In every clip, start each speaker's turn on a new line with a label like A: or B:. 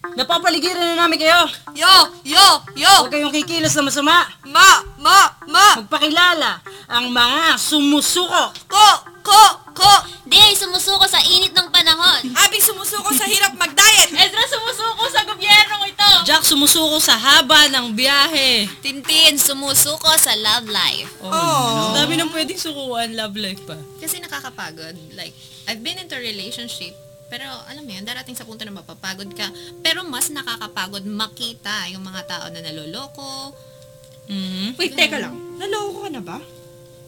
A: Napapaligiran na namin kayo.
B: Yo! Yo!
A: Huwag
B: Yo!
A: kayong kikilos na masama.
B: Ma! Ma! Ma!
A: Magpakilala ang mga sumusuko.
B: Ko! Ko! Ko!
C: Di ay sumusuko sa init ng panahon.
B: Abing sumusuko sa hirap mag-diet!
C: Ezra sumusuko sa gobyernong ito.
A: Jack sumusuko sa haba ng biyahe.
C: Tintin sumusuko sa love life.
A: Oh, no.
B: Oh.
A: Dami nang pwedeng sukuan, love life pa.
D: Kasi nakakapagod. Like, I've been into a relationship, pero alam mo yun, darating sa punto na mapapagod ka. Pero mas nakakapagod makita yung mga tao na naloloko.
A: Mhm.
B: Wait, teka lang. Naloko ka na ba?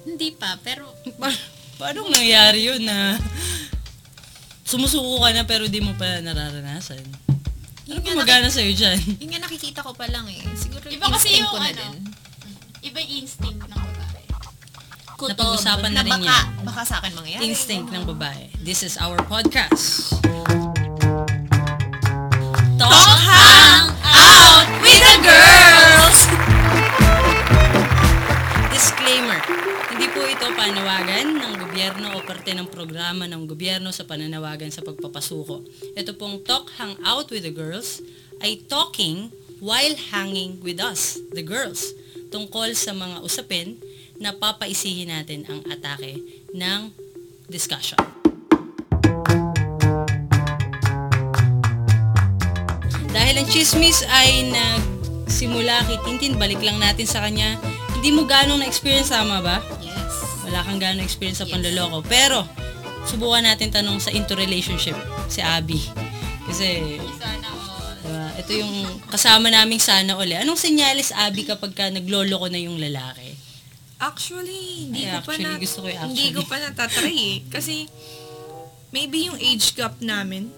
D: Hindi pa, pero
A: Pa- paano nangyari yun na sumusuko ka na pero di mo pa nararanasan? Ano
D: yun nga,
A: gumagana sa'yo dyan?
D: naki- yun nga nakikita ko pa lang eh. Siguro
E: Iba kasi yung
D: instinct ko na
E: ano.
D: din.
E: Iba yung instinct ng babae.
C: Kutob.
A: Napag-usapan na
D: Na
A: rin
D: baka,
A: yan.
D: baka sa akin mangyayari.
A: Instinct ng babae. This is our podcast. Talk
C: Hang out
A: with the girls! Disclaimer, hindi po ito panawagan ng gobyerno o parte ng programa ng gobyerno sa pananawagan sa pagpapasuko. Ito pong Talk Hang Out with the Girls ay talking while hanging with us, the girls, tungkol sa mga usapin na papaisihin natin ang atake ng discussion. Dahil ang chismis ay nagsimula kay Tintin, balik lang natin sa kanya. Hindi mo ganong na-experience, tama ba?
D: Yes.
A: Wala kang ganong experience sa panloloko. Pero, subukan natin tanong sa into relationship si Abby. Kasi,
E: Sana all.
A: diba, ito yung kasama naming sana uli. Anong senyales, Abby, kapag ka nagloloko na yung lalaki?
B: Actually, hindi
A: Ay,
B: ko pa
A: actually,
B: na,
A: gusto ko yung
B: hindi
A: actually.
B: ko pa natatry eh. Kasi, maybe yung age gap namin,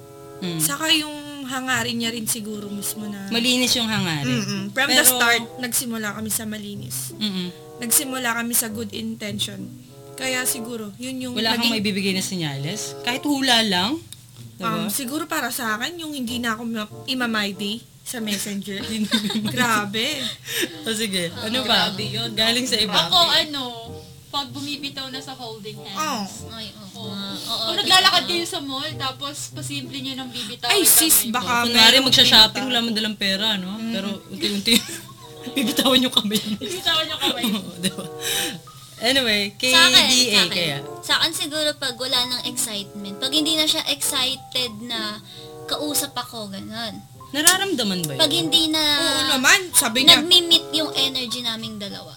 A: Mm.
B: saka yung hangarin niya rin siguro mismo na...
A: Malinis yung hangarin.
B: Mm-mm. From the
A: Pero-
B: start, nagsimula kami sa malinis.
A: Mm-mm.
B: Nagsimula kami sa good intention. Kaya siguro, yun yung
A: Wala kang
B: naging-
A: may bibigay na senyales? Kahit hula lang?
B: Um,
A: Diba?
B: siguro para sa akin, yung hindi na ako ma- imamay day sa messenger. Grabe.
A: O sige, ano ba? Galing sa iba.
E: Ako ano, pag bumibitaw na sa holding
B: Oh.
E: hands.
C: Ay, oo.
E: Oo.
C: Oo,
E: Kung naglalakad kayo sa mall, tapos posible nyo nang bibitaw.
B: Ay, sis,
A: Ah,
B: baka
A: Kunwari,
B: merong
A: magsha-shopping,
B: pinta.
A: wala man dalang pera, no? Pero unti-unti, bibitawan yung kamay.
E: Bibitawan nyo kamay.
A: Oo, diba? Anyway, kay
C: sa akin,
A: DA
C: sa akin.
A: kaya.
C: Sa akin siguro pag wala ng excitement. Pag hindi na siya excited na kausap ako, ganun.
A: Nararamdaman ba yun?
C: Pag hindi na
B: Oo naman, sabi niya.
C: nagmi-meet yung energy naming dalawa.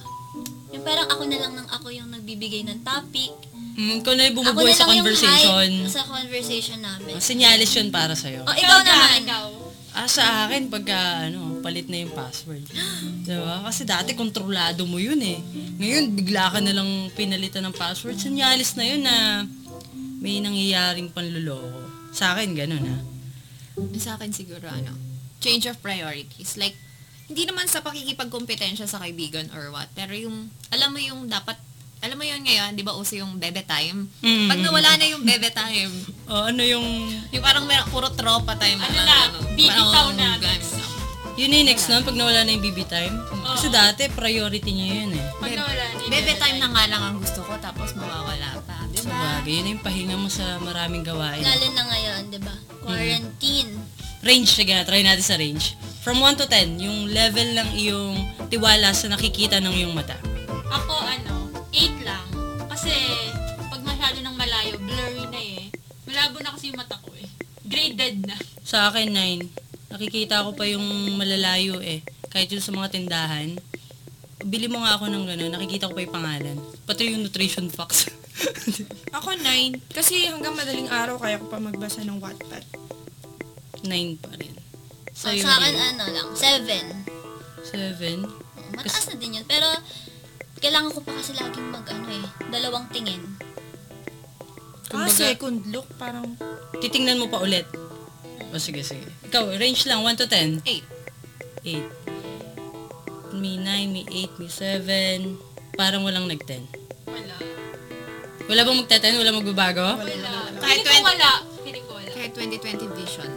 C: Yung parang ako na lang ng ako yung nagbibigay ng topic.
A: mm, ikaw na yung
C: Ako
A: bumubuhay
C: na
A: sa
C: lang yung
A: conversation.
C: hype sa conversation namin.
A: Ah, Sinyalis yun para sa'yo.
C: O, ikaw naman.
E: Ikaw.
A: Ah, sa akin, pagka, ano, palit na yung password. Diba? Kasi dati, kontrolado mo yun eh. Ngayon, bigla ka na lang pinalitan ng password. Sinyalis na yun na may nangyayaring panluloko. Sa akin, ganun ah. ha.
D: Sa akin siguro, ano, change of priorities. Like, hindi naman sa pakikipagkompetensya sa kaibigan or what, pero yung, alam mo yung dapat, alam mo yun ngayon, di ba uso yung bebe time?
A: Mm.
D: Pag nawala na yung bebe time,
A: O, ano yung
D: yung parang meron, puro tropa time.
E: Ano na, bibitaw na.
A: Yun na yung next nun, pag nawala na yung BB time. Kasi dati, priority niya yun eh.
E: Pag nawala na yun.
D: Bebe time na nga lang ang gusto ko, tapos mawawala pa. Di
A: Sa
E: Diba?
D: ba?
A: bagay, yun na yung pahinga mo sa maraming gawain.
C: Lalo na ngayon, di ba? Quarantine.
A: Range, sige, try natin sa range. From 1 to 10, yung level ng iyong tiwala sa nakikita ng iyong mata.
E: Ako ano, 8 lang. Kasi pag masyado ng malayo, blurry na eh. Malabo na kasi yung mata ko eh. Graded na.
A: Sa akin, 9. Nakikita ko pa yung malalayo eh. Kahit yun sa mga tindahan. Bili mo nga ako ng gano'n, nakikita ko pa yung pangalan. Pati yung nutrition facts.
B: Ako nine. Kasi hanggang madaling araw, kaya ko pa magbasa ng Wattpad.
A: 9 pa rin.
C: So, sa akin, ano lang, seven.
A: 7.
C: Mataas na din yun. Pero, kailangan ko pa kasi laging mag, ano eh, dalawang tingin.
B: Ah,
A: Kumbaga-
B: second look, parang...
A: Titingnan mo pa ulit. O sige, sige. Ikaw, range lang, 1 to 10.
D: Eight.
A: 8. May 9, may 8, may 7. Parang walang nag-10.
E: Wala.
A: Wala bang magta-10? Wala magbabago?
E: Wala.
D: Kahit
E: Feeling ko
D: 20
E: wala. Feeling ko wala.
D: Kahit 2020 vision,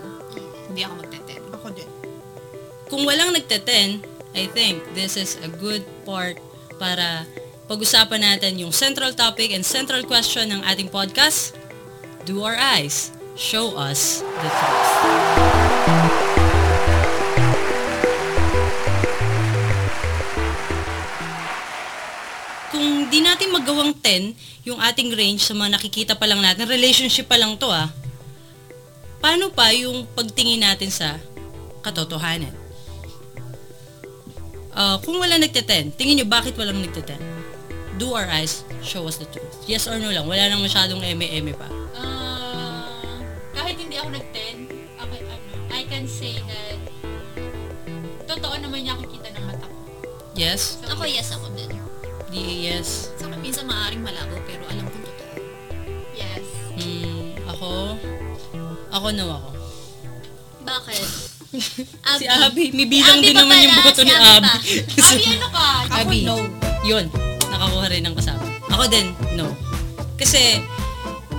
D: hindi ako magteten.
B: Ako din.
A: Kung walang nagta-10, I think this is a good part para pag-usapan natin yung central topic and central question ng ating podcast. Do our eyes show us the truth? di natin magawang 10 yung ating range sa mga nakikita pa lang natin. Relationship pa lang to ah. Paano pa yung pagtingin natin sa katotohanan? Ah, kung wala nagteten, tingin nyo bakit walang nagteten? Do our eyes show us the truth? Yes or no lang, wala nang masyadong eme-eme pa.
E: Ah, kahit hindi ako nag-10, ako, ano, I can say that totoo naman yung nakikita ng mata ko.
A: Yes?
C: Ako, yes, ako din.
A: Di yes.
D: Sa akin, minsan maaaring malabo, pero alam kong totoo.
E: Yes.
A: Hmm, ako? Ako no ako.
C: Bakit? Ah,
A: Si Abby, may bilang din
C: Abby pa
A: naman yung
C: pala,
A: boto
C: si
A: ni
C: Abby
A: Abby. So,
E: Abi, ano ka?
B: Ako,
A: Abby.
B: no.
A: Yun, nakakuha rin ng kasama. Ako din, no. Kasi,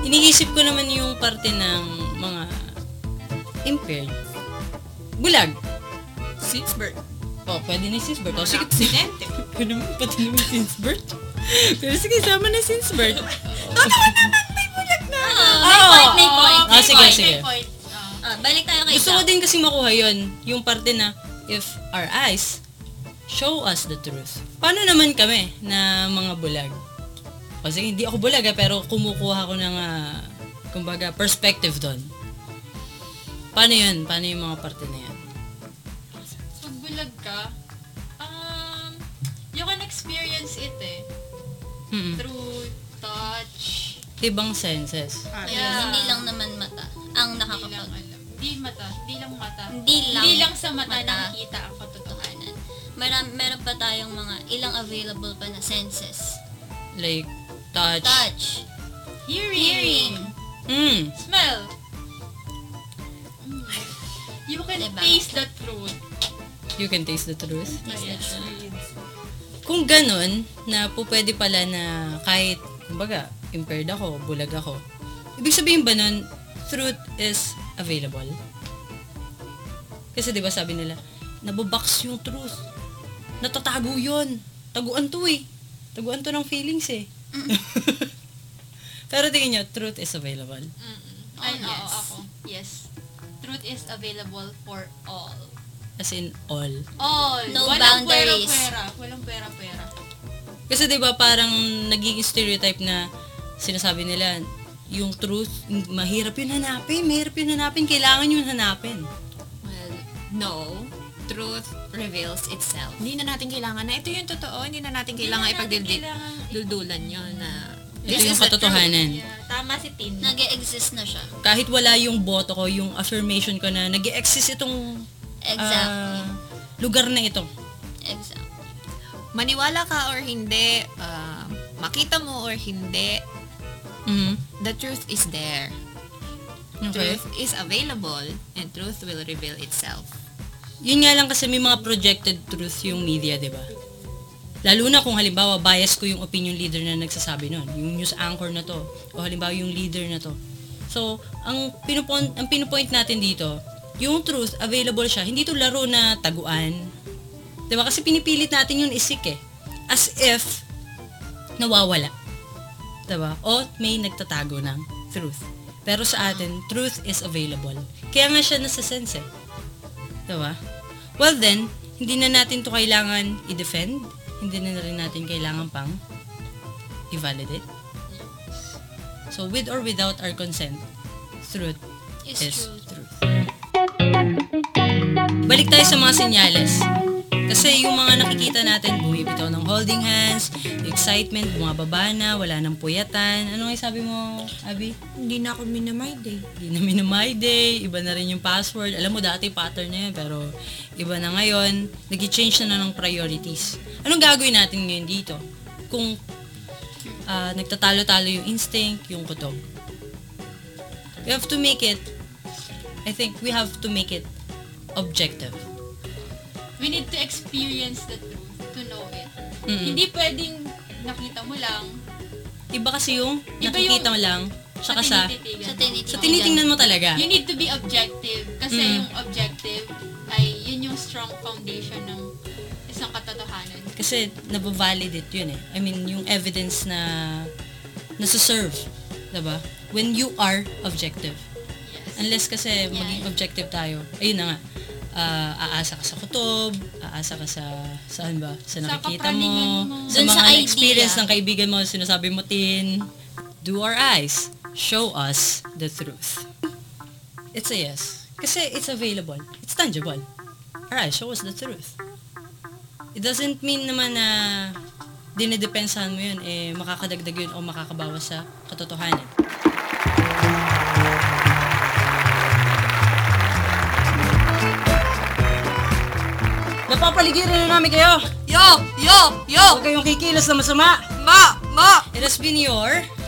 A: iniisip ko naman yung parte ng mga impaired. Bulag.
B: Since birth.
A: O, pwede na yung since birth. O, sige,
B: Aksidente.
A: pwede naman pati naman yung since birth. Pero sige, sama na since birth.
C: Oo, may point, may point.
A: Ah, sige,
E: point,
A: sige.
E: may point. Ah.
C: Ah, balik tayo kay
A: Gusto ko
C: Jack.
A: din kasi makuha yun, yung parte na, if our eyes show us the truth. Paano naman kami na mga bulag? O sige, hindi ako bulag ah, pero kumukuha ko ng, ah, kumbaga, perspective doon. Paano yun? Paano yung mga parte na yan?
E: Pag bulag ka, um, you can experience it eh.
A: Mm-mm.
E: Through touch.
A: Ibang senses.
B: ah,
C: Ayun,
E: Yeah.
C: Hindi lang naman mata ang
E: Hindi lang
C: nakakapag...
E: alam. Hindi mata. Hindi lang mata.
C: Hindi lang,
E: Hindi lang sa mata,
C: mata.
E: nakikita ang katotohanan.
C: katotohanan. Meron, meron pa tayong mga ilang available pa na senses.
A: Like, touch.
C: Touch,
E: Hearing.
C: hearing,
A: Mm.
E: Smell. Mm. You can
C: Diba?
E: taste the truth.
A: You can taste the truth.
C: taste the truth.
A: kung ganun, na po pwede pala na kahit, kumbaga, impaired ako, bulag ako, ibig sabihin ba nun, truth is available? Kasi di ba sabi nila, nabobox yung truth. Natatago yon Taguan to eh. Taguan to ng feelings eh. Pero tingin nyo, truth is available.
E: Mm-mm.
C: Oh,
E: Ay,
C: yes.
E: oo, ako. Yes. Truth is available for all.
A: As in, all.
E: All.
C: No
E: Walang
C: boundaries.
E: pera-pera. Walang pera-pera.
A: Kasi 'di ba parang nagiging stereotype na sinasabi nila yung truth mahirap yun hanapin, mahirap yun hanapin, kailangan yun hanapin.
D: Well, no. Truth reveals itself. Hindi na natin kailangan na ito yung totoo. Hindi na natin kailangan
E: natin
D: ipagdildil.
E: kailangan-
D: Duldulan yun na
A: Ito yung
D: the
A: katotohanan.
E: Yeah. Tama si Tin.
C: nag exist na siya.
A: Kahit wala yung boto ko, yung affirmation ko na nag exist itong ah,
C: Exactly.
A: lugar na ito.
C: exactly.
D: truth. Maniwala ka or hindi, ah, makita mo or hindi,
A: Mhm.
D: the truth is there.
B: Mm-hmm.
A: Okay.
D: Truth is available and truth will reveal itself.
A: Yun nga lang kasi may mga projected truth yung media, 'di ba? Lalo na kung halimbawa bias ko yung opinion leader na nagsasabi nun, yung news anchor na to, o halimbawa yung leader na to. So, ang pinupoint, ang pinupoint natin dito, yung truth, available siya. Hindi to laro na taguan. 'Di ba? Kasi pinipilit natin yung isik eh. As if, nawawala. 'Di ba? O may nagtatago ng truth. Pero sa atin, truth is available. Kaya nga siya nasa sense eh. Diba? Well then, hindi na natin to kailangan i-defend. Hindi na rin natin kailangan pang i-validate. So, with or without our consent, truth
C: Is
A: is
C: truth.
A: truth. Balik tayo sa mga senyales. Kasi yung mga nakikita natin, bumibitaw ng holding hands, excitement, bumababa na, wala nang puyatan. Ano nga yung sabi mo, Abby?
B: Hindi na ako minamind eh.
A: Hindi na minamay day, iba na rin yung password. Alam mo dati pattern na yun, pero iba na ngayon. Nag-change na, na ng priorities. Anong gagawin natin ngayon dito? Kung ah, nagtatalo-talo yung instinct, yung kutob. We have to make it, I think we have to make it objective.
E: We need to experience the truth to know it.
A: Mm.
E: Hindi pwedeng nakita mo lang.
A: Iba kasi yung
E: Iba
A: nakikita
E: yung-
A: mo lang, tsaka sa,
E: tinititigan
C: Sa
E: mo.
C: tinitingnan.
A: sa tinitingnan mo talaga.
E: You need to be objective. Kasi
A: Mm.
E: yung objective ay yun yung strong foundation ng isang katotohanan.
A: Kasi nababalidate yun eh. I mean, yung evidence na nasuserve. Diba? When you are objective.
E: Yes.
A: Unless kasi maging objective tayo. Ayun na nga. ah, aasa ka sa kutob, aasa ka sa, saan ba? Sa
E: Sa
A: nakikita
E: kapraningan
A: mo,
E: mo.
A: sa
C: Dun sa
A: mga
C: idea.
A: experience ng kaibigan mo, sinasabi mo, Tin, do our eyes, show us the truth. It's a yes. Kasi it's available. It's tangible. Our eyes, show us the truth. It doesn't mean naman na dinidepensahan mo yun, eh, makakadagdag yun o makakabawas sa katotohanan. Napapaligiran na namin kayo!
B: Yo! Yo! Yo!
A: Huwag kayong kikilos na masama!
B: Ma! Ma!
A: It has been your